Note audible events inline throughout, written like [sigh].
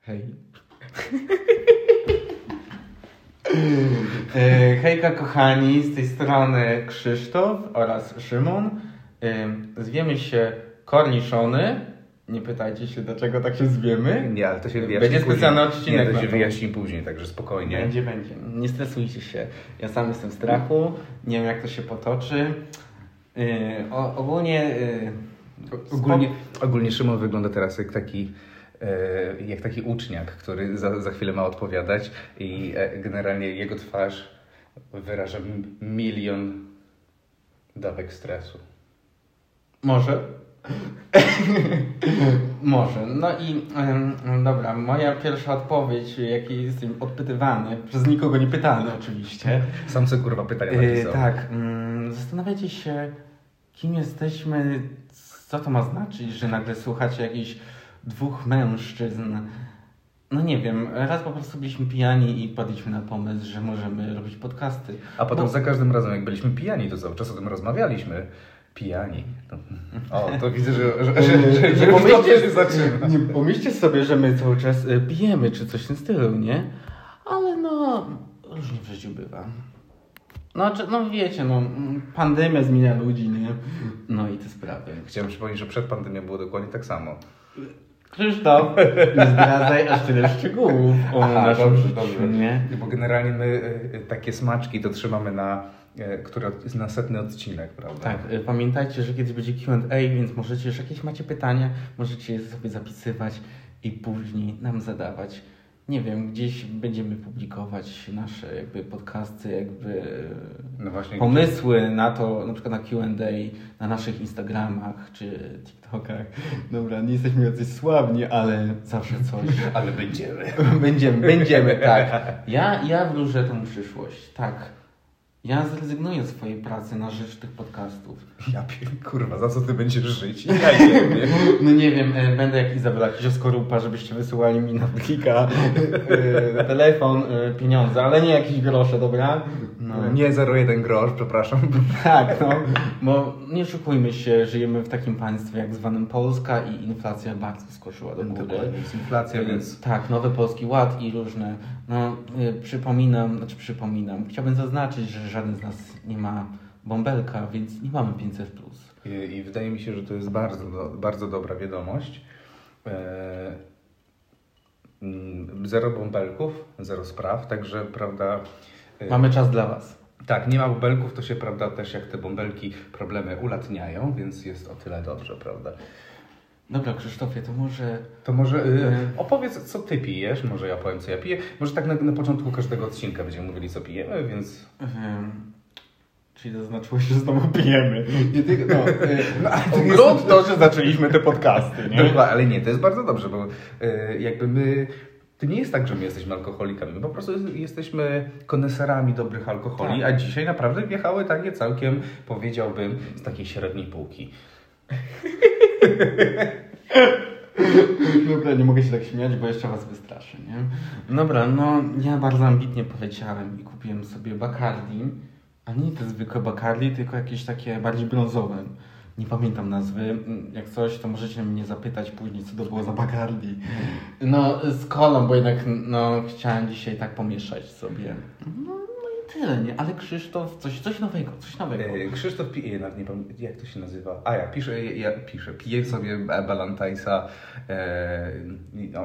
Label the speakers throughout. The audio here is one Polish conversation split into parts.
Speaker 1: Hej.
Speaker 2: [laughs] E, Hejka kochani, z tej strony Krzysztof oraz Szymon. E, Zwiemy się korniszony. Nie pytajcie się, dlaczego tak się zwiemy.
Speaker 3: Nie, ale to się
Speaker 2: Będzie
Speaker 3: wyjaśni później.
Speaker 2: specjalny odcinek
Speaker 3: Nie,
Speaker 2: na
Speaker 3: to się
Speaker 2: to.
Speaker 3: wyjaśni później, także spokojnie.
Speaker 2: Będzie, będzie. Nie stresujcie się. Ja sam jestem w strachu. Nie wiem, jak to się potoczy. E, o, ogólnie... e,
Speaker 3: O- Ogólnie, ogólnie Szymon wygląda teraz jak taki, e, jak taki uczniak, który za, za chwilę ma odpowiadać i e, generalnie jego twarz wyraża m- milion dawek stresu.
Speaker 2: Może. [laughs] Może. No i em, dobra, moja pierwsza odpowiedź, jaki jestem odpytywany, przez nikogo nie pytany oczywiście.
Speaker 3: Sam sobie kurwa pytania
Speaker 2: E,
Speaker 3: napisał.
Speaker 2: tak, mm, zastanawiacie się, kim jesteśmy, co to ma znaczyć, że nagle słuchacie jakichś dwóch mężczyzn. No nie wiem, raz po prostu byliśmy pijani i padliśmy na pomysł, że możemy robić podcasty.
Speaker 3: A potem
Speaker 2: Bo-
Speaker 3: za każdym razem, jak byliśmy pijani, to cały czas o tym rozmawialiśmy. Pijani. No. O, to widzę, że,
Speaker 2: [laughs]
Speaker 3: że, że, że, że już dobrze się zaczyna.
Speaker 2: nie pomyślcie sobie, że my cały czas y, pijemy czy coś w tym stylu, nie? Ale no, różnie w życiu bywa. No, czy, no wiecie, no, mm, pandemia zmienia ludzi, nie? No i te sprawy.
Speaker 3: Chciałem przypomnieć, że przed pandemią było dokładnie tak samo.
Speaker 2: Krzysztof, nie zdradzaj aż tyle szczegółów o
Speaker 3: Aha,
Speaker 2: naszym
Speaker 3: dobrze,
Speaker 2: życiu,
Speaker 3: dobrze.
Speaker 2: nie?
Speaker 3: Bo generalnie my e, e, takie smaczki to trzymamy na, e, który, od- na setny odcinek, prawda?
Speaker 2: Tak, y, pamiętajcie, że kiedyś będzie Q&A, więc możecie, jeżeli jakieś macie pytania, możecie je sobie zapisywać i później nam zadawać. Nie wiem, gdzieś będziemy publikować nasze jakby podcasty, jakby
Speaker 3: No właśnie.
Speaker 2: y, pomysły na to, na przykład na Q&A, na naszych Instagramach czy TikTokach. Dobra, nie jesteśmy jacyś sławni, ale zawsze coś. [laughs]
Speaker 3: Ale będziemy. [laughs]
Speaker 2: Będziemy, będziemy, tak. Ja, ja wróżę tą przyszłość, tak. Ja zrezygnuję z swojej pracy na rzecz tych podcastów.
Speaker 3: Ja pier- kurwa, za co ty będziesz żyć? Ja nie wiem.
Speaker 2: No nie wiem, e, będę jak Izabela Kizioskorupa, żebyście wysyłali mi na klika e, na telefon e, pieniądze, ale nie jakieś grosze, dobra? No.
Speaker 3: Nie 0,1 grosz, przepraszam.
Speaker 2: Tak, no, bo nie oszukujmy się, żyjemy w takim państwie jak zwanym Polska i inflacja bardzo skoczyła
Speaker 3: [laughs]
Speaker 2: do góry.
Speaker 3: Dokładnie, jest inflacja, więc...
Speaker 2: Tak, nowy polski ład i różne. No, y, przypominam, znaczy przypominam, chciałbym zaznaczyć, że żaden z nas nie ma bąbelka, więc nie mamy 500. Plus.
Speaker 3: I, i wydaje mi się, że to jest bardzo, do, bardzo dobra wiadomość. E, mm, zero bąbelków, zero spraw, także prawda... e,
Speaker 2: Mamy czas dla Was.
Speaker 3: Tak, nie ma bąbelków, to się prawda też jak te bąbelki problemy ulatniają, więc jest o tyle dobrze, prawda?
Speaker 2: Dobra, Krzysztofie, to może.
Speaker 3: To może
Speaker 2: Mhm.
Speaker 3: y, opowiedz, co ty pijesz, może ja powiem, co ja piję. Może tak na, na początku każdego odcinka będziemy mówili, co pijemy, więc...
Speaker 2: ym, Ehm, czyli zaznaczyło się, że znowu pijemy. Nie tylko. No,
Speaker 3: No, ale to jest-
Speaker 2: grunt to, że zaczęliśmy te podcasty, nie?
Speaker 3: Dobra, ale nie, to jest bardzo dobrze, bo y, jakby my... To nie jest tak, że my jesteśmy alkoholikami, my po prostu jest- jesteśmy koneserami dobrych alkoholi,
Speaker 2: Tak.
Speaker 3: a dzisiaj naprawdę wjechały takie całkiem, powiedziałbym, z takiej średniej półki.
Speaker 2: Dobra, nie mogę się tak śmiać, bo jeszcze was wystraszę, nie? Dobra, no ja bardzo ambitnie poleciałem i kupiłem sobie Bacardi, a nie te zwykłe Bacardi, tylko jakieś takie bardziej brązowe. Nie pamiętam nazwy, Mm, jak coś, to możecie mnie zapytać później, co to było za Bacardi. No, z kolą, bo jednak no, chciałem dzisiaj tak pomieszać sobie. No, no i tyle, nie? Ale Krzysztof, coś, coś nowego, coś nowego.
Speaker 3: E, Krzysztof pije, nawet nie pamiętam, jak to się nazywa. A ja piszę, ja, ja piszę, piję sobie e, Balantajsa e,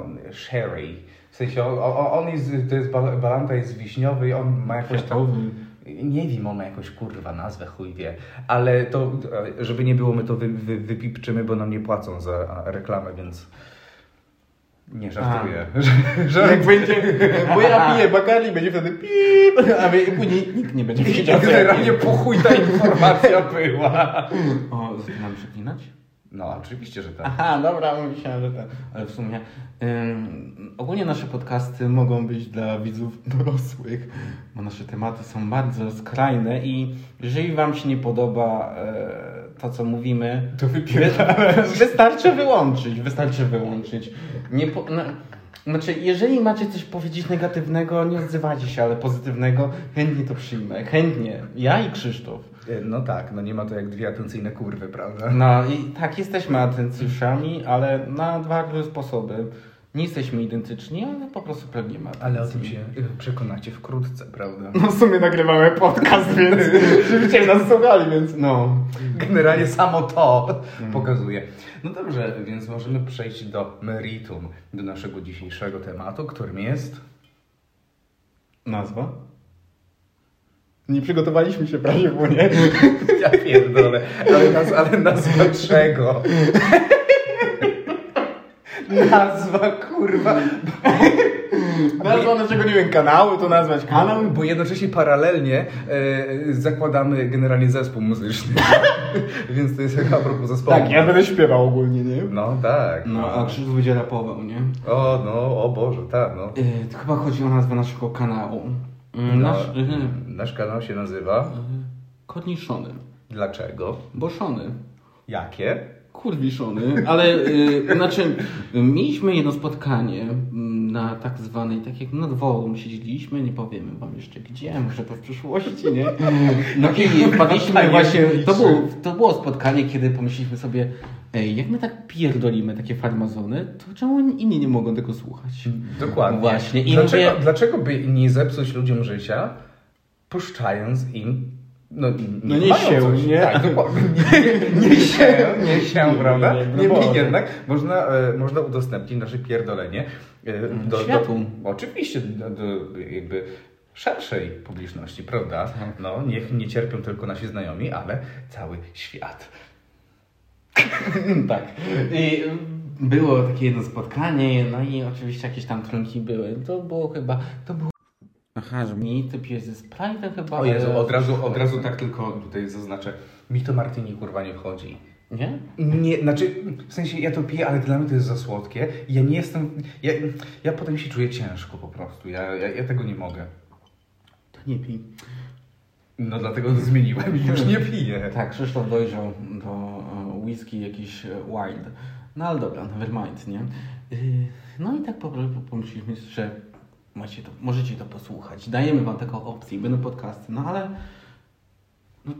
Speaker 3: on, sherry. W sensie on, on, on jest, to jest Bal- Balantajs wiśniowy i on ma jakąś tam...
Speaker 2: Kwiatowy.
Speaker 3: Nie wiem, on ma jakąś kurwa nazwę, chuj wie. Ale to, e, żeby nie było, my to wy, wy, wypipczymy, bo nam nie płacą za a, reklamę, więc... Nie, żartuję. Że,
Speaker 2: Jak będzie, bo ja piję Bacardi, będzie wtedy pip, a wy- później nikt nie będzie
Speaker 3: I
Speaker 2: wiedział, co ja
Speaker 3: generalnie
Speaker 2: piję.
Speaker 3: po chuj ta [laughs] informacja była.
Speaker 2: O, zaczynam przeklinać?
Speaker 3: No, oczywiście, że tak.
Speaker 2: Aha, dobra, myślałem, że tak. Ale w sumie ym, ogólnie nasze podcasty mogą być dla widzów [laughs] dorosłych, bo nasze tematy są bardzo skrajne i jeżeli wam się nie podoba e, to, co mówimy,
Speaker 3: To
Speaker 2: Wy- [laughs] Wystarczy wyłączyć, wystarczy wyłączyć. Nie po, no, znaczy, jeżeli macie coś powiedzieć negatywnego, nie odzywajcie się, ale pozytywnego, chętnie to przyjmę. Chętnie. Ja i Krzysztof.
Speaker 3: E, No tak, no nie ma to jak dwie atencyjne kurwy, prawda?
Speaker 2: No i tak, jesteśmy atencjuszami, ale na dwa różne sposoby. Nie jesteśmy identyczni, ale po prostu pragniemy
Speaker 3: Ale o tym
Speaker 2: atencji.
Speaker 3: się e, przekonacie wkrótce, prawda?
Speaker 2: No w sumie nagrywamy podcast, [laughs] więc żebyście nas słuchali, więc no.
Speaker 3: Generalnie samo to pokazuje. No dobrze, więc możemy przejść do meritum, do naszego dzisiejszego tematu, którym jest... [laughs]
Speaker 2: Nazwa? Nie przygotowaliśmy się prawie, bo nie.
Speaker 3: Ja pierdolę, ale, naz, ale nazwa czego? [laughs] Nazwa kurwa,
Speaker 2: [laughs] Nazwa naszego, nie wiem, kanału to nazwać
Speaker 3: kanał, bo jednocześnie paralelnie e, zakładamy generalnie zespół muzyczny. [laughs] Więc to jest jak a propos zespołu.
Speaker 2: Tak, ja będę śpiewał ogólnie, nie?
Speaker 3: No tak.
Speaker 2: No, a Krzysztof będzie rapował, nie?
Speaker 3: O, no, o Boże, tak, no.
Speaker 2: Yy, to chyba chodzi o nazwę naszego kanału. Yy,
Speaker 3: No,
Speaker 2: Nasz... e, Yy,
Speaker 3: Nasz kanał się nazywa
Speaker 2: korniszony.
Speaker 3: Dlaczego?
Speaker 2: Boszony.
Speaker 3: Jakie?
Speaker 2: Kurwiszony, ale yy, znaczy y, mieliśmy jedno spotkanie mm, na tak zwanej, tak jak na dworum siedzieliśmy, nie powiemy wam jeszcze gdzie, może to w przyszłości, nie? No i wpadliśmy właśnie, to było, to było spotkanie, kiedy pomyśleliśmy sobie, ej, jak my tak pierdolimy takie farmazony, to czemu inni nie mogą tego słuchać?
Speaker 3: Mhm. Dokładnie.
Speaker 2: Właśnie. I
Speaker 3: dlaczego,
Speaker 2: mówię-
Speaker 3: dlaczego by nie zepsuć ludziom życia, puszczając im. No, n-
Speaker 2: No nie
Speaker 3: mają
Speaker 2: się,
Speaker 3: coś.
Speaker 2: nie?
Speaker 3: Tak, dokładnie. nie, nie się, nie się, prawda?
Speaker 2: nie, no
Speaker 3: Niemniej
Speaker 2: Boże.
Speaker 3: jednak można, e, można udostępnić nasze pierdolenie e,
Speaker 2: Mhm.
Speaker 3: do,
Speaker 2: Światu.
Speaker 3: Do, oczywiście do, do jakby szerszej publiczności, prawda?
Speaker 2: Tak.
Speaker 3: No, niech nie cierpią tylko nasi znajomi, ale cały świat.
Speaker 2: [clears throat] tak. I było takie jedno spotkanie, no i oczywiście jakieś tam trunki były. To było chyba, to było... Aha, że mi typ jest ze Sprite'em chyba...
Speaker 3: O Jezu,
Speaker 2: ale-
Speaker 3: E, od razu, od razu tak tylko tutaj zaznaczę. Mi to Martini kurwa nie wchodzi.
Speaker 2: Nie?
Speaker 3: Nie, znaczy, w sensie ja to piję, ale dla mnie to jest za słodkie. Ja nie jestem. Ja, ja potem się czuję ciężko po prostu. Ja, ja, ja tego nie mogę.
Speaker 2: To nie pij.
Speaker 3: No dlatego [laughs] to zmieniłem i już nie piję.
Speaker 2: Tak, Krzysztof dojrzał do e, whisky jakiś e, wild. No ale dobra, nevermind, nie? Yy, No i tak po prostu pomyśleliśmy, że macie to, możecie to posłuchać. Dajemy wam taką opcję, będą podcasty, no ale no,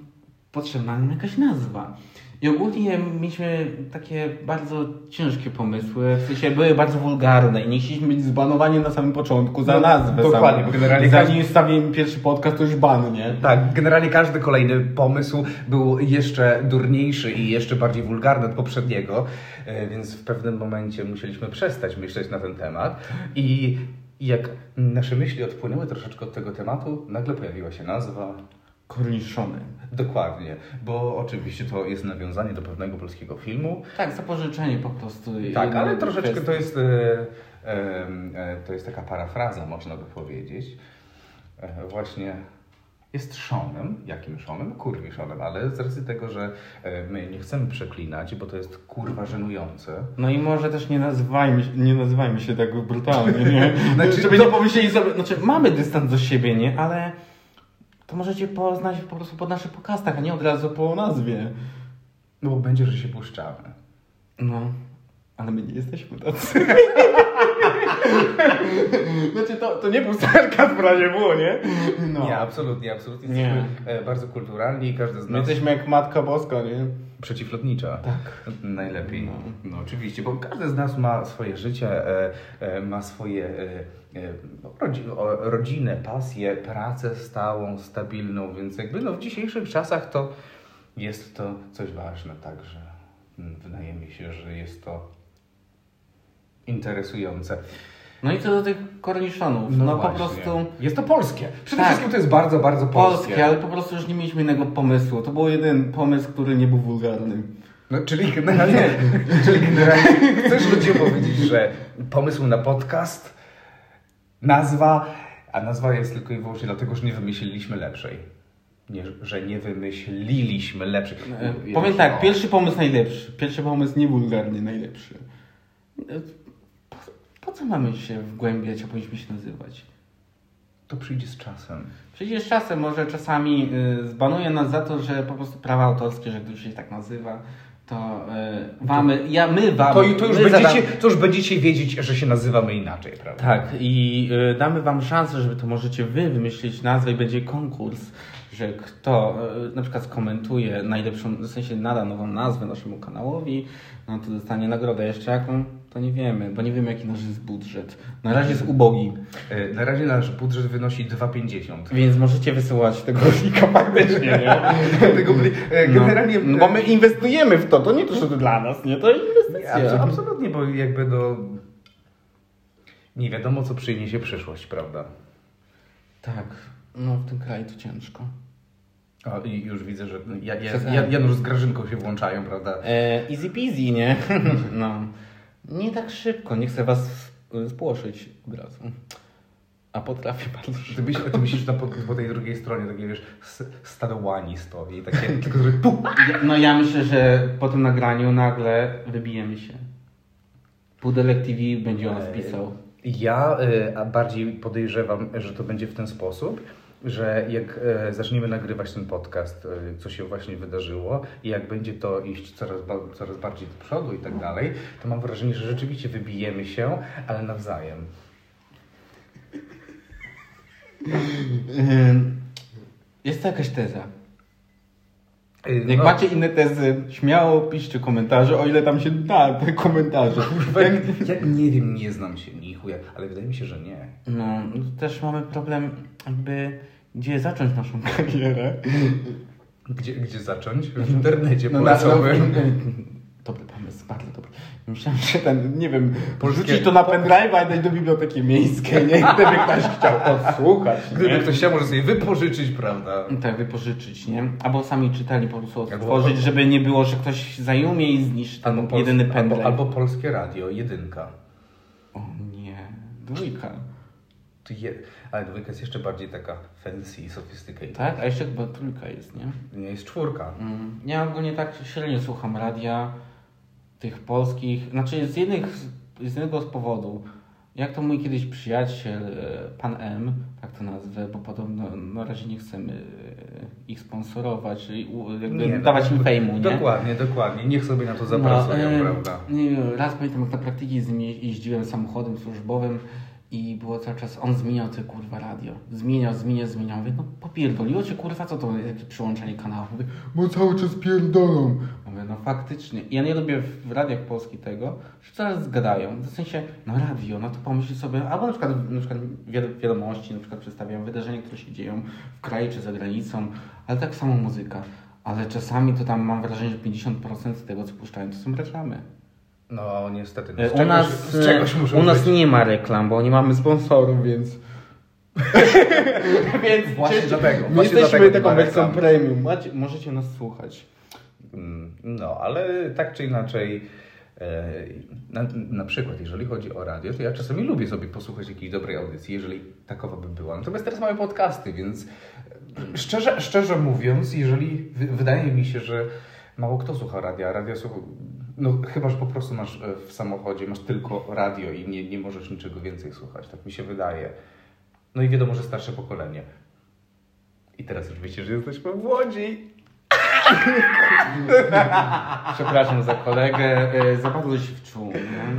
Speaker 2: potrzebna nam jakaś nazwa. I ogólnie mieliśmy takie bardzo ciężkie pomysły, w sensie były bardzo wulgarne i nie chcieliśmy być zbanowani na samym początku za
Speaker 3: No,
Speaker 2: nazwę.
Speaker 3: dokładnie,
Speaker 2: samą.
Speaker 3: bo generalnie
Speaker 2: Zanim stawimy pierwszy podcast, to już ban, nie?
Speaker 3: Tak, generalnie każdy kolejny pomysł był jeszcze durniejszy i jeszcze bardziej wulgarny od poprzedniego, e, więc w pewnym momencie musieliśmy przestać myśleć na ten temat. I jak nasze myśli odpłynęły troszeczkę od tego tematu, nagle pojawiła się nazwa
Speaker 2: Korniszony.
Speaker 3: Dokładnie, bo oczywiście to jest nawiązanie do pewnego polskiego filmu.
Speaker 2: Tak, zapożyczenie po prostu.
Speaker 3: Tak,
Speaker 2: Jedno
Speaker 3: ale troszeczkę
Speaker 2: kwestii.
Speaker 3: to jest, e, em, e, to jest taka parafraza, można by powiedzieć. E, Właśnie jest szonem, jakim szonem? Kurwi szonem, ale z racji tego, że e, my nie chcemy przeklinać, bo to jest kurwa żenujące.
Speaker 2: No i może też nie nazywajmy, się- nie nazywajmy się tak brutalnie, [laughs] nie?
Speaker 3: Znaczy,
Speaker 2: Żeby
Speaker 3: to-
Speaker 2: nie pomyśleli sobie, znaczy mamy dystans do siebie, nie? Ale to możecie poznać po prostu po naszych pokastach, a nie od razu po nazwie.
Speaker 3: No bo będzie, że się puszczamy.
Speaker 2: No, ale my nie jesteśmy tacy. [laughs] znaczy to, to nie był sarkazm w razie było, nie? No.
Speaker 3: Nie, absolutnie, absolutnie.
Speaker 2: Nie.
Speaker 3: Jesteśmy e, bardzo kulturalni i każdy z
Speaker 2: My
Speaker 3: nas...
Speaker 2: jesteśmy jak Matka Boska, nie?
Speaker 3: Przeciwlotnicza. Tak. Najlepiej. No. oczywiście, bo każdy z nas ma swoje życie, e, e, ma swoje e, e, rodzi- o- rodzinę, pasję, pracę stałą, stabilną, więc jakby no, w dzisiejszych czasach to jest to coś ważne także. mm, Wydaje mi się, że jest to interesujące.
Speaker 2: No i co do tych korniszonów, no, po
Speaker 3: właśnie.
Speaker 2: prostu...
Speaker 3: Jest to polskie. Przede
Speaker 2: Tak.
Speaker 3: wszystkim to jest bardzo, bardzo polskie.
Speaker 2: Polskie, ale po prostu już nie mieliśmy innego pomysłu. To był jeden pomysł, który nie był wulgarny.
Speaker 3: No, czyli generalnie, [laughs] czyli generalnie chcesz ludziom powiedzieć, że pomysł na podcast, nazwa, a nazwa jest tylko i wyłącznie dlatego, że nie wymyśliliśmy lepszej. Nie, że nie wymyśliliśmy lepszej.
Speaker 2: E,
Speaker 3: Jezu,
Speaker 2: Powiem tak,
Speaker 3: no.
Speaker 2: pierwszy pomysł najlepszy. Pierwszy pomysł niewulgarny najlepszy. E, Po, po co mamy się wgłębiać, a powinniśmy się nazywać?
Speaker 3: To przyjdzie z czasem.
Speaker 2: Przecież czasem może czasami y, zbanuje nas za to, że po prostu prawa autorskie, że ktoś się tak nazywa, to y, wamy, ja my wam.
Speaker 3: No To, to, już
Speaker 2: my zadam-
Speaker 3: będziecie, to już będziecie wiedzieć, że się nazywamy inaczej, prawda?
Speaker 2: Tak, i y, damy Wam szansę, żeby to możecie Wy wymyślić nazwę i będzie konkurs, że kto y, na przykład skomentuje najlepszą, w sensie nada nową nazwę naszemu kanałowi, no to dostanie nagrodę jeszcze jaką? To To nie wiemy, bo nie wiemy jaki nasz jest budżet. Na razie jest ubogi,
Speaker 3: E, Na razie nasz budżet wynosi 2,50.
Speaker 2: więc możecie wysyłać tego lika faktycznie, nie?
Speaker 3: Dlatego my, e, generalnie...
Speaker 2: No, no bo my inwestujemy w to, to nie to, że to dla nas, nie? To inwestycja.
Speaker 3: Abs- Absolutnie, bo jakby do... Nie wiadomo, co przyniesie przyszłość, prawda?
Speaker 2: Tak, no w tym kraju to ciężko.
Speaker 3: A, i już widzę, że ja, ja,
Speaker 2: Przestań.
Speaker 3: ja, Janusz z Grażynką się włączają, prawda?
Speaker 2: E, easy peasy, nie? [laughs] No. Nie tak szybko, nie chcę was spłoszyć od razu. A potrafię [laughs] bardzo szybko.
Speaker 3: Ty, myśl, ty myślisz, że tam po, po tej drugiej stronie takie, wiesz, s- stado łani stoi, [laughs] takie, tylko że puf!
Speaker 2: Ja- No ja myślę, że po tym nagraniu nagle wybijemy się. Pudelek TV będzie o nas pisał.
Speaker 3: Ja y, a bardziej podejrzewam, że to będzie w ten sposób, że jak e, zaczniemy nagrywać ten podcast, e, co się właśnie wydarzyło i jak będzie to iść coraz, ba- coraz bardziej do przodu i tak dalej, to mam wrażenie, że rzeczywiście wybijemy się, ale nawzajem.
Speaker 2: Ym, Jest to jakaś teza.
Speaker 3: Y,
Speaker 2: Jak
Speaker 3: no,
Speaker 2: macie inne tezy, śmiało piszcie komentarze, o ile tam się da te [laughs] komentarze.
Speaker 3: kurwa, Ja, ja nie wiem, nie znam się, ni chuja, ale wydaje mi się, że nie.
Speaker 2: No, też mamy problem, jakby gdzie zacząć naszą [laughs] karierę.
Speaker 3: Gdzie, gdzie zacząć? W internecie
Speaker 2: No, na, no,
Speaker 3: polecałbym. [laughs]
Speaker 2: dobry pomysł, bardzo dobry. Myślałem, że ten, nie wiem,
Speaker 3: Polskie-
Speaker 2: rzucić to na pendrive'a i dać do biblioteki miejskiej, nie? Gdyby ktoś chciał posłuchać,
Speaker 3: Gdyby
Speaker 2: nie?
Speaker 3: ktoś chciał, może sobie wypożyczyć, prawda?
Speaker 2: Tak, wypożyczyć, nie? Albo sami czytali, po prostu
Speaker 3: Albo-
Speaker 2: otworzyć, żeby nie było, że ktoś zajmie i zniszczy ten
Speaker 3: Albo pols-
Speaker 2: jedyny
Speaker 3: albo,
Speaker 2: pendrive.
Speaker 3: albo polskie radio, jedynka.
Speaker 2: O nie, dwójka.
Speaker 3: Tu je... Ale dwójka jest jeszcze bardziej taka fancy i sophisticated.
Speaker 2: Tak? A jeszcze chyba trójka jest, nie?
Speaker 3: Nie jest czwórka.
Speaker 2: Mm, Ja ogólnie tak średnio słucham radia tych polskich, znaczy z, jednych, z jednego z powodu. Jak to mój kiedyś przyjaciel, e, pan M, tak to nazwę, bo podobno na razie nie chcemy e, ich sponsorować, czyli u- jakby
Speaker 3: Nie,
Speaker 2: dawać im
Speaker 3: no,
Speaker 2: fejmu, nie?
Speaker 3: Dokładnie, dokładnie. Niech sobie na to zapracują,
Speaker 2: No, e,
Speaker 3: prawda?
Speaker 2: Nie, wiem, raz pamiętam jak na praktyki z nim je- jeździłem samochodem służbowym i było cały czas, on zmieniał te kurwa radio. Zmieniał, zmieniał, zmieniał. Mówię, no popierdoliło cię kurwa, co to jakie przyłączenie kanału? Mówię, bo cały czas pierdolą. Mówię, no faktycznie. I Ja nie lubię w w radiach polskich tego, że coraz gadają. W sensie, no radio, no to pomyśl sobie, albo na przykład, na przykład wiad- wiadomości, na przykład przedstawiają wydarzenia, które się dzieją w kraju czy za granicą, ale tak samo muzyka. Ale czasami to tam mam wrażenie, że 50% z tego, co puszczają, to są reklamy.
Speaker 3: No niestety.
Speaker 2: E,
Speaker 3: No, z, czegoś,
Speaker 2: u nas,
Speaker 3: z czegoś
Speaker 2: e,
Speaker 3: muszą
Speaker 2: u nas
Speaker 3: być.
Speaker 2: nie ma reklam, bo nie mamy sponsorów, więc. [laughs] więc
Speaker 3: Właśnie
Speaker 2: cieszę-
Speaker 3: dlatego,
Speaker 2: My
Speaker 3: właśnie
Speaker 2: jesteśmy
Speaker 3: dlatego nie
Speaker 2: taką
Speaker 3: ma
Speaker 2: wersją
Speaker 3: reklam.
Speaker 2: premium. Macie, możecie nas słuchać.
Speaker 3: Mm, No, ale tak czy inaczej, e, na, na przykład jeżeli chodzi o radio, to ja czasami lubię sobie posłuchać jakiejś dobrej audycji, jeżeli takowa by była. Natomiast teraz mamy podcasty, więc e, szczerze, szczerze mówiąc, jeżeli wy, wydaje mi się, że mało kto słucha radia, radio słucha, no chyba, że po prostu masz e, w samochodzie, masz tylko radio i nie, nie możesz niczego więcej słuchać, tak mi się wydaje. No i wiadomo, że starsze pokolenie. I teraz już wiecie, że jesteśmy w [laughs] Łodzi.
Speaker 2: Przepraszam za kolegę, e, za bardzo się wczuł. nie?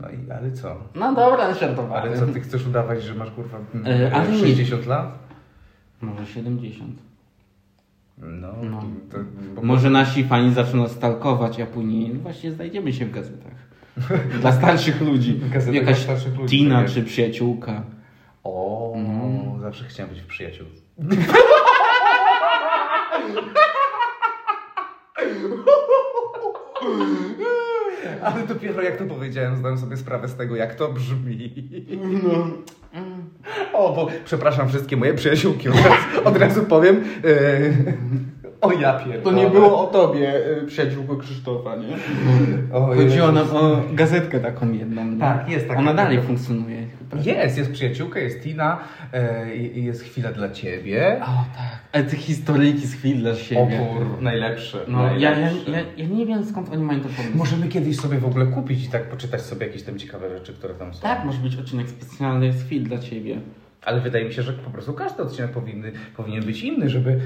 Speaker 3: No i ale co?
Speaker 2: No dobra, no żartowałem.
Speaker 3: Ale co, ty chcesz udawać, że masz kurwa mm,
Speaker 2: E, ale nie.
Speaker 3: 60 lat?
Speaker 2: Może 70.
Speaker 3: No,
Speaker 2: No.
Speaker 3: To, bo,
Speaker 2: Może nasi fani zaczną stalkować, a później no właśnie znajdziemy się w
Speaker 3: [laughs]
Speaker 2: gazetach. Dla starszych ludzi.
Speaker 3: W gazetach
Speaker 2: Jakaś
Speaker 3: dla starszych ludzi,
Speaker 2: Tina
Speaker 3: tak
Speaker 2: czy przyjaciółka.
Speaker 3: O, Mm.
Speaker 2: no.
Speaker 3: zawsze chciałem być
Speaker 2: [laughs]
Speaker 3: w przyjaciół. Ale dopiero jak to powiedziałem, zdałem sobie sprawę z tego, jak to brzmi. No, O, bo przepraszam wszystkie moje przyjaciółki, od razu, od razu powiem. e, o ja pierdolę.
Speaker 2: To nie było o tobie, y, przyjaciółko Krzysztofa, nie?
Speaker 3: O
Speaker 2: Chodziło
Speaker 3: Jezus.
Speaker 2: nam o gazetkę taką jedną. nie?
Speaker 3: Tak, jest taka.
Speaker 2: Ona dalej funkcjonuje. chyba.
Speaker 3: Jest, jest przyjaciółka, jest Tina, e, i- i jest chwila dla ciebie.
Speaker 2: O tak. Ale te historyjki z chwil dla siebie.
Speaker 3: Opór najlepszy.
Speaker 2: No, ja, ja,
Speaker 3: najlepszy.
Speaker 2: ja, ja nie wiem skąd oni mają to pomysł.
Speaker 3: Możemy kiedyś sobie w ogóle kupić i tak poczytać sobie jakieś tam ciekawe rzeczy, które tam są.
Speaker 2: Tak, może być odcinek specjalny z chwil dla ciebie.
Speaker 3: Ale wydaje mi się, że po prostu każdy odcinek powinny, powinien być inny, żeby.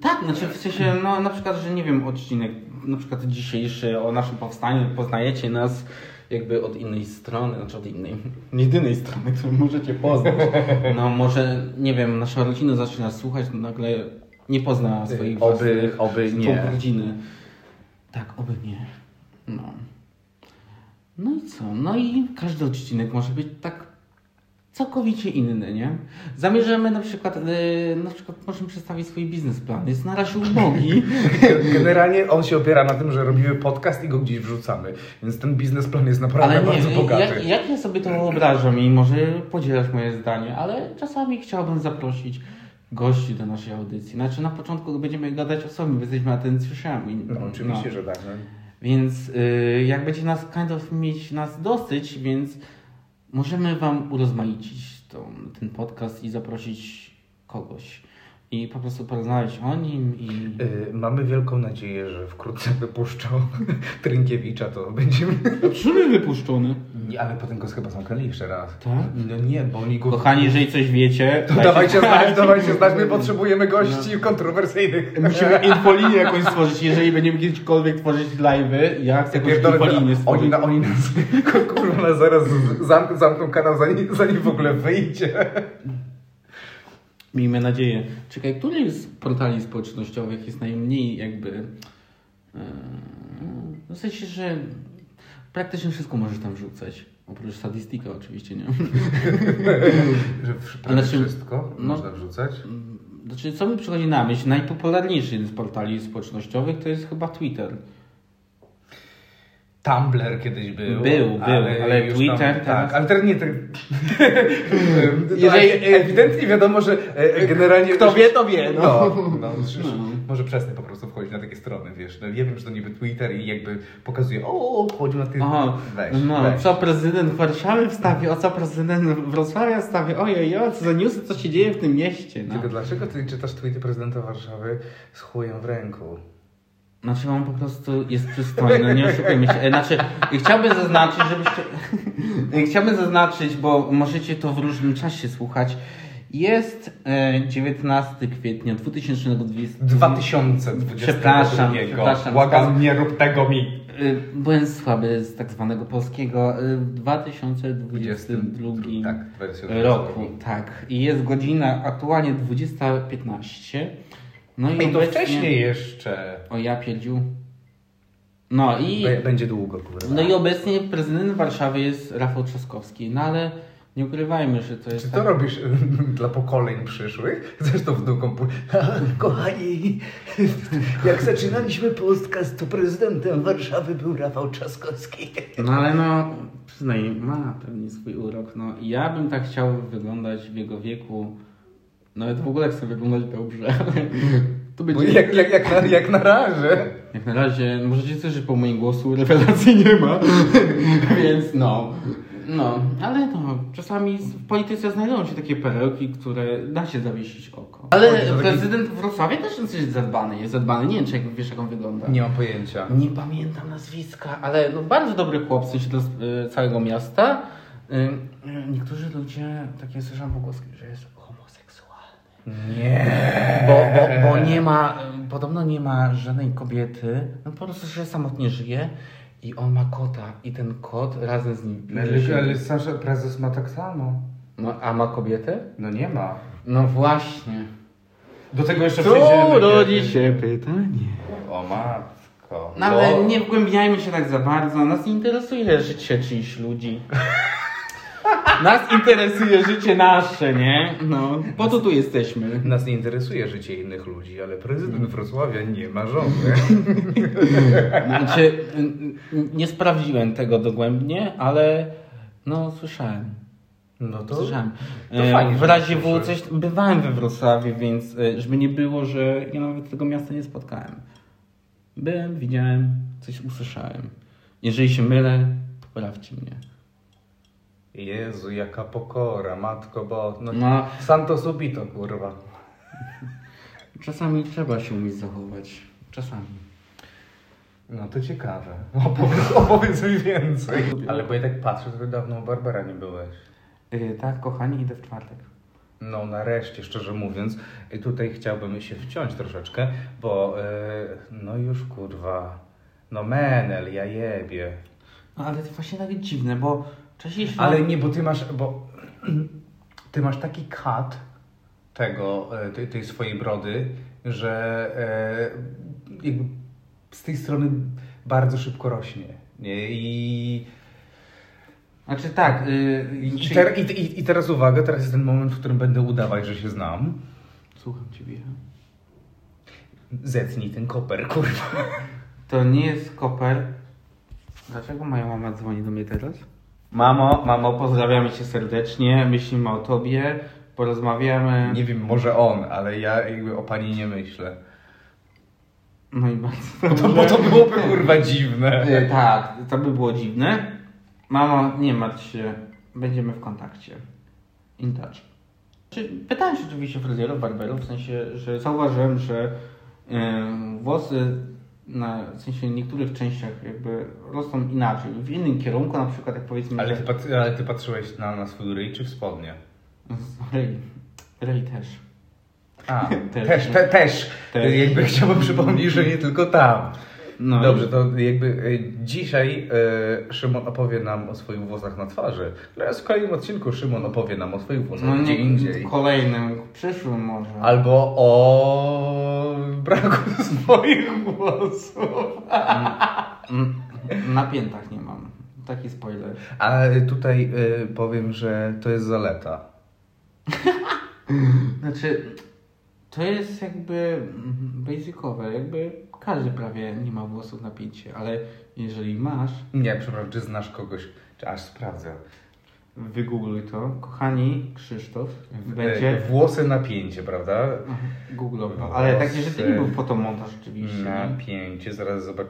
Speaker 2: Tak, znaczy w sensie, no na przykład, że nie wiem, odcinek, na przykład dzisiejszy o naszym powstaniu, poznajecie nas jakby od innej strony, znaczy od innej, [laughs] nie jedynej strony, którą możecie poznać. No może, nie wiem, nasza rodzina zaczyna słuchać, no nagle nie pozna swoich
Speaker 3: Oby,
Speaker 2: własnych
Speaker 3: oby
Speaker 2: członków
Speaker 3: nie.
Speaker 2: rodziny. Tak, oby nie. No. No i co? No i każdy odcinek może być tak całkowicie inny, nie? Zamierzamy na przykład, yy, na przykład możemy przedstawić swój biznesplan. Jest na razie
Speaker 3: [laughs]
Speaker 2: ubogi.
Speaker 3: Generalnie on się opiera na tym, że robimy podcast i go gdzieś wrzucamy. Więc ten biznesplan jest naprawdę
Speaker 2: Ale
Speaker 3: bardzo
Speaker 2: nie,
Speaker 3: bogaty.
Speaker 2: jak, jak ja sobie to wyobrażam i może podzielasz moje zdanie, ale czasami chciałbym zaprosić gości do naszej audycji. Znaczy na początku będziemy gadać o sobie, bo jesteśmy atencjuszami.
Speaker 3: No, oczywiście, że tak. No.
Speaker 2: Więc y, jak będzie nas kind of mieć nas dosyć, więc możemy wam urozmaicić tą, ten podcast i zaprosić kogoś. I po prostu porozmawiać o nim i...
Speaker 3: Y, mamy wielką nadzieję, że wkrótce wypuszczą [laughs] Trynkiewicza, to będziemy...
Speaker 2: Czym E, wypuszczony?
Speaker 3: Nie, ale potem go chyba zamknęli jeszcze raz.
Speaker 2: Tak?
Speaker 3: No nie, bo oni go...
Speaker 2: Kochani,
Speaker 3: [laughs]
Speaker 2: jeżeli coś wiecie...
Speaker 3: To dawajcie znać, dawajcie znać, my potrzebujemy gości kontrowersyjnych.
Speaker 2: Musimy infolinie E, jakąś stworzyć, jeżeli będziemy kiedykolwiek tworzyć live'y, ja chcę jakąś
Speaker 3: Ja pierdolę,
Speaker 2: infolinię
Speaker 3: oni,
Speaker 2: stworzyć.
Speaker 3: na, oni nas, [laughs] kurwa, nas zaraz z- zam, zamkną kanał, zanim, zanim w ogóle wyjdzie.
Speaker 2: Miejmy nadzieję. Czekaj, który z portali społecznościowych jest najmniej jakby... Yy, w sensie, że praktycznie wszystko możesz tam wrzucać. Oprócz statystyka oczywiście, nie? [laughs]
Speaker 3: Że w-
Speaker 2: Ale czy-
Speaker 3: wszystko
Speaker 2: no.
Speaker 3: można wrzucać?
Speaker 2: Znaczy, co mi przychodzi na myśl? Najpopularniejszy z portali społecznościowych to jest chyba Twitter.
Speaker 3: Tumblr kiedyś był.
Speaker 2: Był, był, ale
Speaker 3: już
Speaker 2: Twitter
Speaker 3: tam,
Speaker 2: teraz-
Speaker 3: Tak, ale teraz nie...
Speaker 2: [laughs]
Speaker 3: Te...
Speaker 2: Jeżeli-
Speaker 3: Jeżeli... Ewidentnie wiadomo, że e, generalnie...
Speaker 2: Kto wie, to wie, no.
Speaker 3: No, no,
Speaker 2: [laughs]
Speaker 3: przecież
Speaker 2: No.
Speaker 3: Może przestań po prostu wchodzić na takie strony, wiesz. No, ja wiem, że to niby Twitter i jakby pokazuje, o, o, wchodził na ty...
Speaker 2: O,
Speaker 3: weź,
Speaker 2: no,
Speaker 3: weź.
Speaker 2: co prezydent Warszawy wstawi, o co prezydent Wrocławia wstawi, ojej, o, co za newsy, co się dzieje w tym mieście, no.
Speaker 3: Tylko dlaczego ty czytasz tweety prezydenta Warszawy z chujem w ręku?
Speaker 2: Znaczy on po prostu jest przystojny, nie oszukujmy się. E, Znaczy, chciałbym zaznaczyć, żebyście... E, chciałbym zaznaczyć, bo możecie to w różnym czasie słuchać. Jest e, 19 kwietnia 2020...
Speaker 3: 2022.
Speaker 2: Przepraszam, przepraszam.
Speaker 3: Błagam, nie rób tego mi.
Speaker 2: E, Byłem słaby z tak zwanego polskiego. E, W 2022
Speaker 3: Tak, 22.
Speaker 2: roku. Tak. I jest godzina aktualnie 20.15. No
Speaker 3: I to
Speaker 2: obecnie-
Speaker 3: wcześniej jeszcze.
Speaker 2: O ja pierdził. No i...
Speaker 3: Be- Będzie długo, kurwa.
Speaker 2: No i obecnie prezydent Warszawy jest Rafał Trzaskowski, no ale nie ukrywajmy, że to jest.
Speaker 3: Czy to
Speaker 2: tak-
Speaker 3: robisz [laughs] dla pokoleń przyszłych? Chcesz to w dół [laughs] komputera? [laughs]
Speaker 1: Kochani, jak zaczynaliśmy podcast, to prezydentem Warszawy był Rafał
Speaker 3: [laughs]
Speaker 1: Trzaskowski.
Speaker 2: No ale no, przynajmniej ma pewnie swój urok. No i ja bym tak chciał wyglądać w jego wieku. Nawet w ogóle chcę wyglądać dobrze. To
Speaker 3: Bo
Speaker 2: będzie.
Speaker 3: jak, jak, jak, na, jak na razie.
Speaker 2: Jak na razie możecie słyszeć po moim głosu, rewelacji nie ma. [laughs] Więc no. No, ale no, czasami w polityce znajdą się takie perełki, które da się zawiesić oko. Ale
Speaker 3: Chodzi o taki-
Speaker 2: prezydent Wrocławia też jest zadbany, jest zadbany. Nie wiem, czy jak, wiesz, jak on wygląda.
Speaker 3: Nie mam pojęcia.
Speaker 2: Nie pamiętam nazwiska, ale no bardzo dobry chłop, w sensie dla y, całego miasta. Y, y, niektórzy ludzie, tak takie słyszałem pogłoski, że jest homoseksualny.
Speaker 3: Nie.
Speaker 2: Bo, bo, bo nie ma, y, podobno nie ma żadnej kobiety, no po prostu że samotnie żyje i on ma kota i ten kot razem z nim.
Speaker 3: Sasza prezes ma tak samo.
Speaker 2: No, a ma kobietę?
Speaker 3: No nie ma.
Speaker 2: No właśnie.
Speaker 3: Do tego jeszcze
Speaker 2: Tu rodzi się pytanie.
Speaker 3: O matko.
Speaker 2: No ale nie wgłębiajmy się tak za bardzo. Nas nie interesuje życie czyichś ludzi. [laughs] Nas interesuje życie nasze, nie? No, po to tu jesteśmy.
Speaker 3: Nas nie interesuje życie innych ludzi, ale prezydent Wrocławia nie ma żony.
Speaker 2: Znaczy, n- n- nie sprawdziłem tego dogłębnie, ale no słyszałem.
Speaker 3: No to...
Speaker 2: Słyszałem.
Speaker 3: to
Speaker 2: E,
Speaker 3: fajnie,
Speaker 2: w
Speaker 3: że
Speaker 2: razie
Speaker 3: tak
Speaker 2: było coś,
Speaker 3: słyszałeś.
Speaker 2: bywałem we Wrocławiu, więc e, żeby nie było, że ja nawet tego miasta nie spotkałem. Byłem, widziałem, coś usłyszałem. Jeżeli się mylę, poprawcie mnie.
Speaker 3: Jezu, jaka pokora, matko bo... No,
Speaker 2: No,
Speaker 3: Santo subito, kurwa.
Speaker 2: Czasami trzeba się umieć zachować. Czasami.
Speaker 3: No to ciekawe. Opowiedz, [laughs] opowiedz mi więcej. Ale bo ja tak patrzę, to dawno u Barbara nie byłeś.
Speaker 2: tak, kochani, idę w czwartek.
Speaker 3: No nareszcie, szczerze mówiąc, I tutaj chciałbym się wciąć troszeczkę, bo e, no już kurwa, no menel, ja jebie.
Speaker 2: No ale to właśnie takie dziwne, bo częściej się...
Speaker 3: Ale nie, bo ty masz, bo [clears throat] ty masz taki kat tego, e, tej, tej swojej brody, że e, jakby z tej strony bardzo szybko rośnie. Nie? I
Speaker 2: Znaczy tak, yy,
Speaker 3: I,
Speaker 2: czyli-
Speaker 3: ter, i, i, I teraz uwaga, teraz jest ten moment, w którym będę udawać, że się znam.
Speaker 2: Słucham ciebie.
Speaker 3: Zetnij ten koper, kurwa.
Speaker 2: To nie jest koper. Dlaczego moja mama dzwoni do mnie teraz? Mamo, mamo, pozdrawiamy cię serdecznie, myślimy o tobie, porozmawiamy.
Speaker 3: Nie wiem, może on, ale ja jakby o pani nie myślę.
Speaker 2: No i bardzo
Speaker 3: Bo to, bo
Speaker 2: dobrze.
Speaker 3: to byłoby kurwa dziwne.
Speaker 2: E, Tak, to by było dziwne. Mamo, nie martw się, będziemy w kontakcie. In touch. Czy, pytałem się oczywiście fryzjerów, barberów, w sensie, że zauważyłem, że em, włosy na w sensie niektórych częściach jakby rosną inaczej, w innym kierunku, na przykład jak powiedzmy,
Speaker 3: Ale
Speaker 2: że...
Speaker 3: ty, pat, ale ty patrzyłeś na, na swój ryj czy w spodnie?
Speaker 2: Rej, rej No, też.
Speaker 3: A,
Speaker 2: [laughs] Też. no.
Speaker 3: też, te, też.
Speaker 2: Też. [laughs]
Speaker 3: Jakby chciałbym przypomnieć, że nie tylko tam.
Speaker 2: No
Speaker 3: Dobrze, to jakby e, dzisiaj e, Szymon opowie nam o swoich włosach na twarzy. Teraz w kolejnym odcinku Szymon opowie nam o swoich włosach
Speaker 2: No
Speaker 3: gdzie
Speaker 2: nie
Speaker 3: indziej.
Speaker 2: kolejnym, przyszłym może.
Speaker 3: Albo o braku [laughs] swoich włosów.
Speaker 2: Mm, Na piętach nie mam. Taki spoiler.
Speaker 3: A tutaj e, powiem, że to jest zaleta.
Speaker 2: Znaczy, to jest jakby mm, basicowe, jakby każdy prawie nie ma włosów na pięcie, ale jeżeli masz,
Speaker 3: Nie, przepraszam, czy znasz kogoś? Czy aż sprawdzę.
Speaker 2: wygoogluj to. Kochani, Krzysztof będzie...
Speaker 3: E, Włosy napięcie, prawda?
Speaker 2: Googlowy, ale tak, że to nie był fotomontaż oczywiście. nie?
Speaker 3: Napięcie, zaraz zobacz.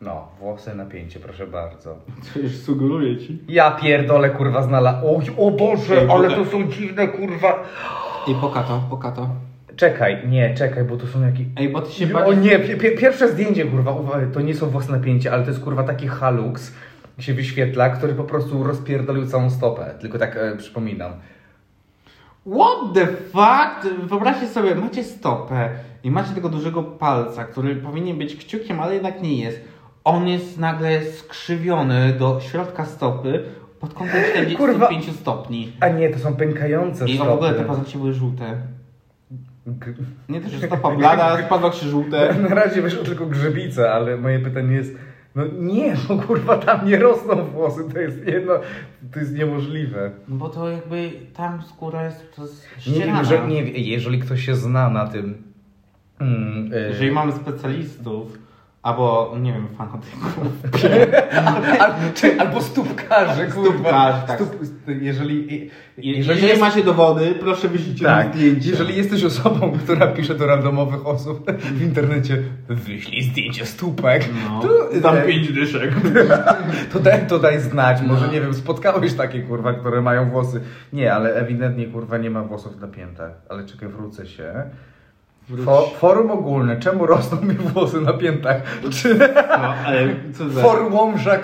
Speaker 3: No, włosy napięcie, proszę bardzo.
Speaker 2: To już sugeruję ci.
Speaker 3: Ja pierdolę, kurwa, znalazł. Oj, o Boże,
Speaker 2: Ej,
Speaker 3: ale
Speaker 2: tutaj-
Speaker 3: to są dziwne, kurwa.
Speaker 2: I pokato, pokato.
Speaker 3: Czekaj, nie, czekaj, bo to są jakieś...
Speaker 2: Ej, bo ty się
Speaker 3: O
Speaker 2: bawisz...
Speaker 3: nie, pi- pi- pierwsze zdjęcie, kurwa, uwa- to nie są włosy napięcie, ale to jest, kurwa, taki halux się wyświetla, który po prostu rozpierdolił całą stopę. Tylko tak e, przypominam.
Speaker 2: What the fuck? Wyobraźcie sobie, macie stopę i macie tego dużego palca, który powinien być kciukiem, ale jednak nie jest. On jest nagle skrzywiony do środka stopy pod [gasps] kątem 45 stopni.
Speaker 3: A nie, to są pękające
Speaker 2: I on
Speaker 3: stopy.
Speaker 2: w ogóle te paznokcie były żółte.
Speaker 3: G-
Speaker 2: Nie [laughs] to, że stopa blada, ale paznokcie żółte.
Speaker 3: E, Na razie wyszło tylko grzybica, ale moje pytanie jest, no nie, no kurwa, tam nie rosną włosy, to jest jedno, to jest niemożliwe.
Speaker 2: No Bo to jakby tam skóra jest przez
Speaker 3: Nie wiem, że,
Speaker 2: ścierana.
Speaker 3: nie, jeżeli ktoś się zna na tym, mm, e,
Speaker 2: Jeżeli mamy specjalistów, albo nie wiem, fanatyków,
Speaker 3: mm, e, [laughs] al, czy, albo stópkarzy, kurwa.
Speaker 2: Stópkarzy, tak.
Speaker 3: jeżeli, i-
Speaker 2: Je-
Speaker 3: jeżeli
Speaker 2: [laughs] jeżeli
Speaker 3: jest-
Speaker 2: macie dowody, proszę wyślijcie nam
Speaker 3: tak,
Speaker 2: zdjęcie.
Speaker 3: jeżeli jesteś osobą, która pisze do randomowych osób w internecie, wyślij zdjęcie stópek,
Speaker 2: No,
Speaker 3: to
Speaker 2: tam
Speaker 3: e,
Speaker 2: pięć [laughs] dyszek.
Speaker 3: To daj, to daj znać, może
Speaker 2: No.
Speaker 3: nie wiem, spotkałeś takie kurwa, które mają włosy. Nie, ale ewidentnie kurwa nie ma włosów na piętach. Ale czekaj, wrócę się.
Speaker 2: Wróć.
Speaker 3: Fo, forum ogólne, czemu rosną mi włosy na piętach?
Speaker 2: [laughs]
Speaker 3: Czy
Speaker 2: No, ale co za...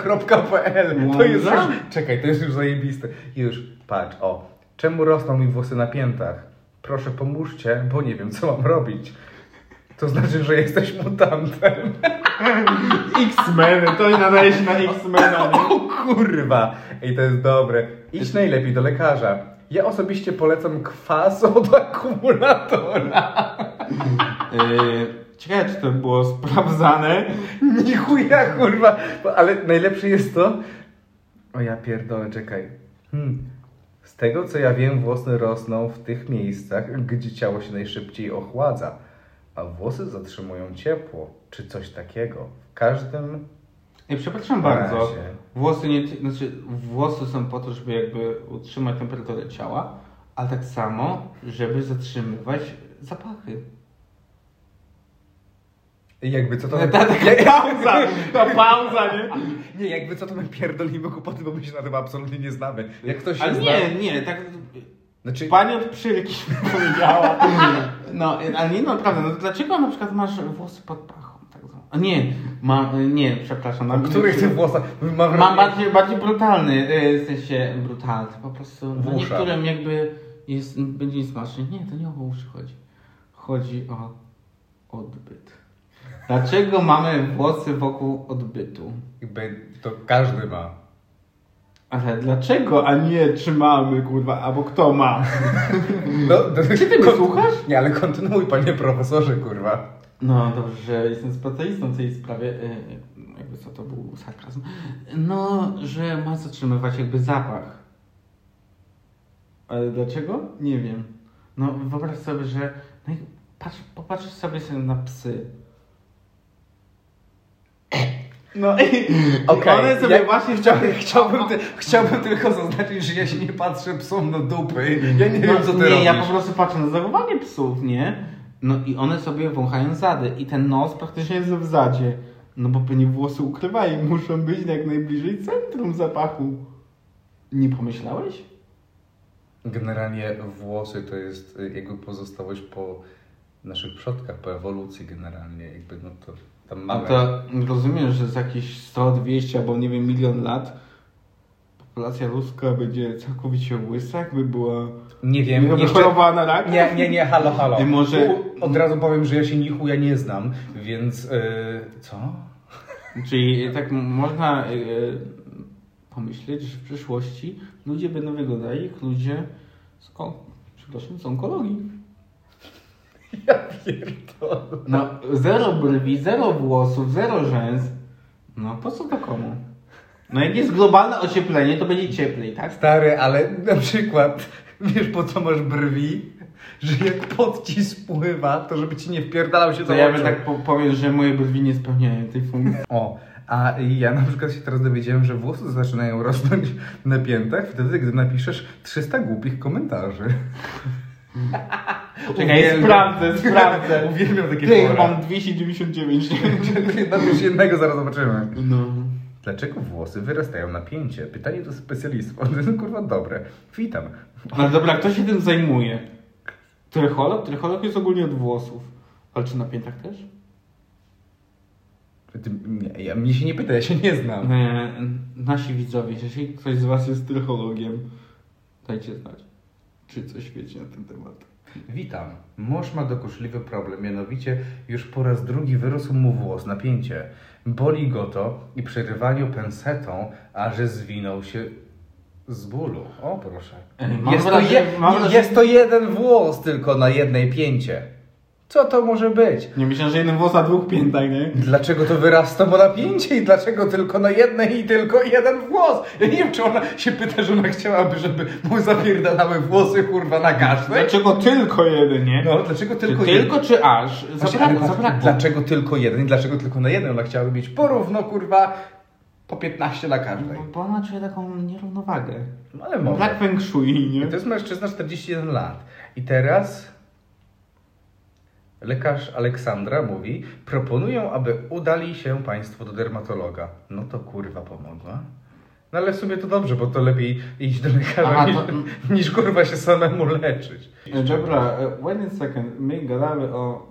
Speaker 3: forumłomża.pl To jest już,
Speaker 2: Łomża?
Speaker 3: czekaj, to jest już zajebiste. Już, patrz, o. Czemu rosną mi włosy na piętach? Proszę pomóżcie, bo nie wiem co mam robić. To znaczy, że jesteś mutantem.
Speaker 2: X-Men, to i nadaje się na X-Mena. nie?
Speaker 3: O kurwa! Ej, to jest dobre. Idź najlepiej do lekarza. Ja osobiście polecam kwas od akumulatora.
Speaker 2: Yy, ciekawe, czy to było sprawdzane.
Speaker 3: Nichuja kurwa! Bo- Ale najlepsze jest to... O ja pierdolę, czekaj. Hmm. Z tego co ja wiem, włosy rosną w tych miejscach, gdzie ciało się najszybciej ochładza. A włosy zatrzymują ciepło, czy coś takiego. W każdym...
Speaker 2: Ej, przepraszam bardzo.
Speaker 3: razie.
Speaker 2: Włosy, nie, znaczy, włosy są po to, żeby jakby utrzymać temperaturę ciała, ale tak samo, żeby zatrzymywać zapachy.
Speaker 3: Jakby co to...
Speaker 2: Ta, [laughs] taka pauza, ta pauza, nie?
Speaker 3: Nie, jakby co to my pierdolimy głupoty, bo my się na tym absolutnie nie znamy. Jak ktoś się
Speaker 2: Ale
Speaker 3: zna...
Speaker 2: nie, nie, tak...
Speaker 3: Znaczy, [laughs]
Speaker 2: Pani od przylki powiedziała. No, ale nie, no naprawdę, no, dlaczego na przykład masz włosy pod pachą? Tak zwane? A nie, mam, nie, przepraszam.
Speaker 3: o
Speaker 2: Mam,
Speaker 3: których ty włosach... Mam
Speaker 2: Mam bardziej, bardziej brutalny, y, w sensie brutalny, po prostu. No,
Speaker 3: W uszach.
Speaker 2: niektórym jakby jest, będzie smaczny. Nie, to nie o uszy chodzi. Chodzi o odbyt. Dlaczego mamy włosy wokół odbytu?
Speaker 3: Jakby to każdy ma.
Speaker 2: Ale dlaczego, a nie trzymamy, kurwa, albo kto ma?
Speaker 3: No, to...
Speaker 2: Czy
Speaker 3: [laughs]
Speaker 2: ty mnie słuchasz?
Speaker 3: Nie, ale kontynuuj, panie profesorze, kurwa.
Speaker 2: No dobrze, że jestem specjalistą w tej sprawie. y, Jakby jakby co to był sarkazm. No, że ma zatrzymywać jakby zapach. Ale dlaczego? Nie wiem. No wyobraź sobie, że no i patrz, popatrz sobie sobie na psy. No i
Speaker 3: [laughs] Okej,
Speaker 2: one sobie
Speaker 3: ja-
Speaker 2: właśnie
Speaker 3: Chciałbym, chciałbym, ty, chciałbym tylko zaznaczyć, że ja się nie patrzę psom na dupy. Ja nie
Speaker 2: no,
Speaker 3: wiem, co ty
Speaker 2: nie,
Speaker 3: robisz.
Speaker 2: ja po prostu patrzę na zachowanie psów, nie? No i one sobie wąchają zady i ten nos praktycznie jest w zadzie. No bo pewnie włosy ukrywa i muszą być jak najbliżej centrum zapachu. Nie pomyślałeś?
Speaker 3: Generalnie włosy to jest y, jakby pozostałość po naszych przodkach, po ewolucji generalnie. Jakby no tak. to tam
Speaker 2: A
Speaker 3: mamy...
Speaker 2: to rozumiesz, że za jakieś 100, 200 albo nie wiem, milion lat populacja ludzka będzie całkowicie łysa, jakby była
Speaker 3: Nie wiem,
Speaker 2: jakby
Speaker 3: jeszcze...
Speaker 2: chorowała na rak?
Speaker 3: Nie, nie, nie, halo, halo.
Speaker 2: tak? I może-
Speaker 3: U, od razu powiem, że ja się nichuja nie znam, więc... y, co?
Speaker 2: Czyli tak m- można y, y, pomyśleć, że w przyszłości ludzie będą wyglądali jak ludzie z, on- przepraszam, z onkologii.
Speaker 3: Pierdolę.
Speaker 2: No, zero brwi, zero włosów, zero rzęs. No, po co to komu? No jak jest globalne ocieplenie, to będzie cieplej, tak?
Speaker 3: Stary, ale na przykład wiesz po co masz brwi? Że jak pot ci spływa, to żeby ci nie wpierdalał się
Speaker 2: To
Speaker 3: do
Speaker 2: ja bym
Speaker 3: oczu.
Speaker 2: tak po- powiem, że moje brwi nie spełniają tej
Speaker 3: [laughs]
Speaker 2: funkcji.
Speaker 3: O, a ja na przykład się teraz dowiedziałem, że włosy zaczynają [laughs] rosnąć na piętach wtedy, gdy napiszesz 300 głupich komentarzy. [laughs]
Speaker 2: Czekaj,
Speaker 3: Uwielbiam-
Speaker 2: sprawdzę, sprawdzę.
Speaker 3: [laughs] Uwielbiam takie
Speaker 2: Ty,
Speaker 3: fora.
Speaker 2: mam 299.
Speaker 3: Napisz jednego, zaraz zobaczymy.
Speaker 2: No.
Speaker 3: Dlaczego włosy wyrastają na pięcie? Pytanie do specjalistów. To jest kurwa dobre. Witam.
Speaker 2: Ale dobra, kto się tym zajmuje? Trycholog? Trycholog jest ogólnie od włosów. Ale czy na piętach też?
Speaker 3: Ty, nie, ja, mnie się nie pyta, ja się nie znam.
Speaker 2: E, nasi widzowie, jeśli ktoś z was jest trychologiem, dajcie znać, czy coś wiecie na ten temat.
Speaker 3: Witam. Mąż ma dokuczliwy problem, mianowicie już po raz drugi wyrósł mu włos, napięcie. Boli go to i przy rywaniu pensetą, aż zwinął się z bólu. O proszę.
Speaker 2: Ej, mam
Speaker 3: jest,
Speaker 2: wrażenie-
Speaker 3: to je,
Speaker 2: mam wrażenie-
Speaker 3: jest to jeden włos tylko na jednej pięcie. Co to może być?
Speaker 2: Nie myślałem, że jeden włos na dwóch piętach, nie?
Speaker 3: Dlaczego to wyrasta bo napięcie i dlaczego tylko na jednej i tylko jeden włos? Ja nie wiem, czy ona się pyta, że ona chciałaby, żeby mu zapierdalały włosy, kurwa, na każdej.
Speaker 2: Dlaczego tylko jeden, nie?
Speaker 3: No, dlaczego
Speaker 2: tylko,
Speaker 3: tylko,
Speaker 2: Znaczy- czy, tylko czy aż?
Speaker 3: Właśnie, ale
Speaker 2: Zabrakło,
Speaker 3: patrz,
Speaker 2: zabrakło.
Speaker 3: Dlaczego tylko jeden i dlaczego tylko na jeden? Ona chciałaby mieć porówno, kurwa, po 15 na każdej.
Speaker 2: Bo, bo ona czuje taką nierównowagę.
Speaker 3: No, ale
Speaker 2: Brak
Speaker 3: może.
Speaker 2: feng shui, nie?
Speaker 3: To jest mężczyzna 41 lat. I teraz lekarz Aleksandra mówi, proponują, aby udali się Państwo do dermatologa. No to kurwa pomogła. No ale w sumie to dobrze, bo to lepiej iść do lekarza
Speaker 2: Aha,
Speaker 3: niż,
Speaker 2: to-
Speaker 3: niż kurwa się samemu leczyć.
Speaker 2: E, Dobra, e, wait a second, my gadamy o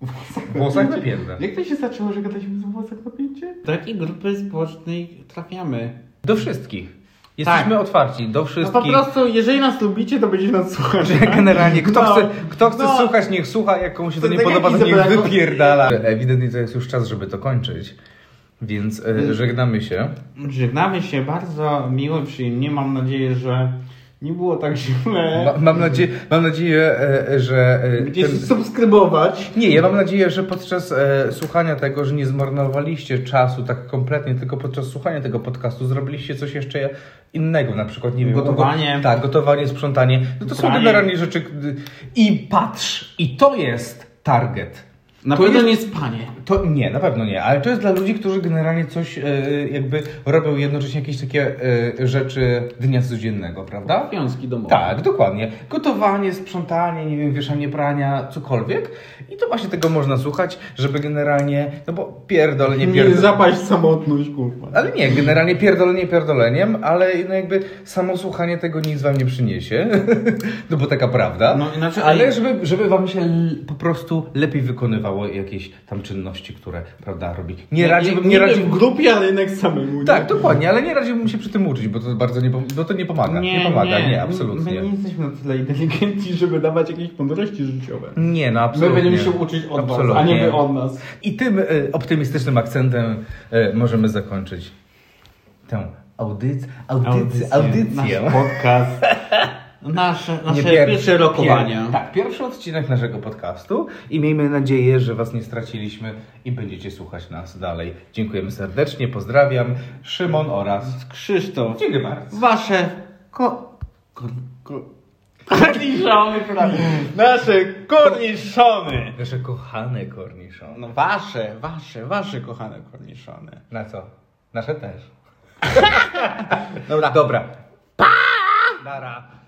Speaker 2: włosach
Speaker 3: Włosach
Speaker 2: na pięcie.
Speaker 3: napięte.
Speaker 2: Jak to się zaczęło, że gadaliśmy o włosach na pięcie? Do jakiej grupy społecznej trafiamy?
Speaker 3: Do wszystkich.
Speaker 2: Jesteśmy
Speaker 3: otwarci, do
Speaker 2: Tak. No po prostu, jeżeli nas lubicie, to będzie nas słuchać.
Speaker 3: Że [laughs] generalnie, kto
Speaker 2: No,
Speaker 3: chce, kto chce
Speaker 2: no.
Speaker 3: słuchać, niech słucha, jak komu się to,
Speaker 2: To
Speaker 3: nie
Speaker 2: tak
Speaker 3: podoba,
Speaker 2: jak
Speaker 3: to niech
Speaker 2: Izabela-
Speaker 3: wypierdala. Ewidentnie to jest już czas, żeby to kończyć, więc
Speaker 2: Mhm.
Speaker 3: e, żegnamy się.
Speaker 2: Żegnamy się bardzo miło, przyjemnie. Mam nadzieję, że nie było tak źle.
Speaker 3: Ma, mam, nadzie mam nadzieję, e, że... e,
Speaker 2: Gdzieś
Speaker 3: ten-
Speaker 2: subskrybować.
Speaker 3: Nie, ja mam nadzieję, że podczas e, słuchania tego, że nie zmarnowaliście czasu tak kompletnie, tylko podczas słuchania tego podcastu zrobiliście coś jeszcze innego, na przykład, nie wiem...
Speaker 2: Gotowanie.
Speaker 3: Go, tak, gotowanie, sprzątanie. No to są
Speaker 2: Pranie.
Speaker 3: generalnie rzeczy... k- I patrz, i to jest target.
Speaker 2: Na
Speaker 3: To
Speaker 2: pewno
Speaker 3: jest-
Speaker 2: nie spanie.
Speaker 3: To nie, na pewno nie, ale to jest dla ludzi, którzy generalnie coś e, jakby robią jednocześnie jakieś takie e, rzeczy dnia codziennego, prawda?
Speaker 2: Obowiązki domowe.
Speaker 3: Tak, dokładnie. Gotowanie, sprzątanie, nie wiem, wieszanie prania, cokolwiek. I to właśnie tego można słuchać, żeby generalnie, no bo pierdolenie,
Speaker 2: Nie
Speaker 3: pierdolenie.
Speaker 2: zapaść w samotność, kurwa.
Speaker 3: Ale nie, generalnie pierdolenie pierdoleniem, ale no jakby samo słuchanie tego nic wam nie przyniesie, [laughs] no znaczy, bo taka prawda.
Speaker 2: No, inaczej-
Speaker 3: ale żeby, żeby wam się l- po prostu lepiej wykonywało jakieś tam czynności, które prawda robi. Nie radziłbym, nie
Speaker 2: w
Speaker 3: radziłbym...
Speaker 2: grupie, ale jednak samemu. nie?
Speaker 3: Tak, dokładnie, ale nie radziłbym się przy tym uczyć, bo to bardzo nie, pom- bo to nie pomaga. Nie, pomaga, nie, absolutnie.
Speaker 2: My nie jesteśmy na tyle inteligentni, żeby dawać jakieś mądrości życiowe.
Speaker 3: Nie, no
Speaker 2: My
Speaker 3: absolutnie.
Speaker 2: będziemy się uczyć od was, a nie wy od nas.
Speaker 3: I tym e, optymistycznym akcentem e, możemy zakończyć tę audyc- audycję. audycję.
Speaker 2: Nasz podcast. [laughs] nasze, nasze
Speaker 3: Nie pier-
Speaker 2: pierwsze rokowanie.
Speaker 3: pier- Tak, pierwszy odcinek naszego podcastu i miejmy nadzieję, że Was nie straciliśmy i będziecie słuchać nas dalej. Dziękujemy serdecznie, pozdrawiam. Szymon oraz...
Speaker 2: Krzysztof,
Speaker 3: Dziękuję bardzo.
Speaker 2: wasze ko... ko... ko... korniszony, prawie. Nasze korniszony.
Speaker 3: Nasze kochane korniszony.
Speaker 2: No wasze, wasze, wasze kochane korniszony.
Speaker 3: Na co? Nasze też. [laughs]
Speaker 2: Dobra.
Speaker 3: Dobra. Pa! Nara.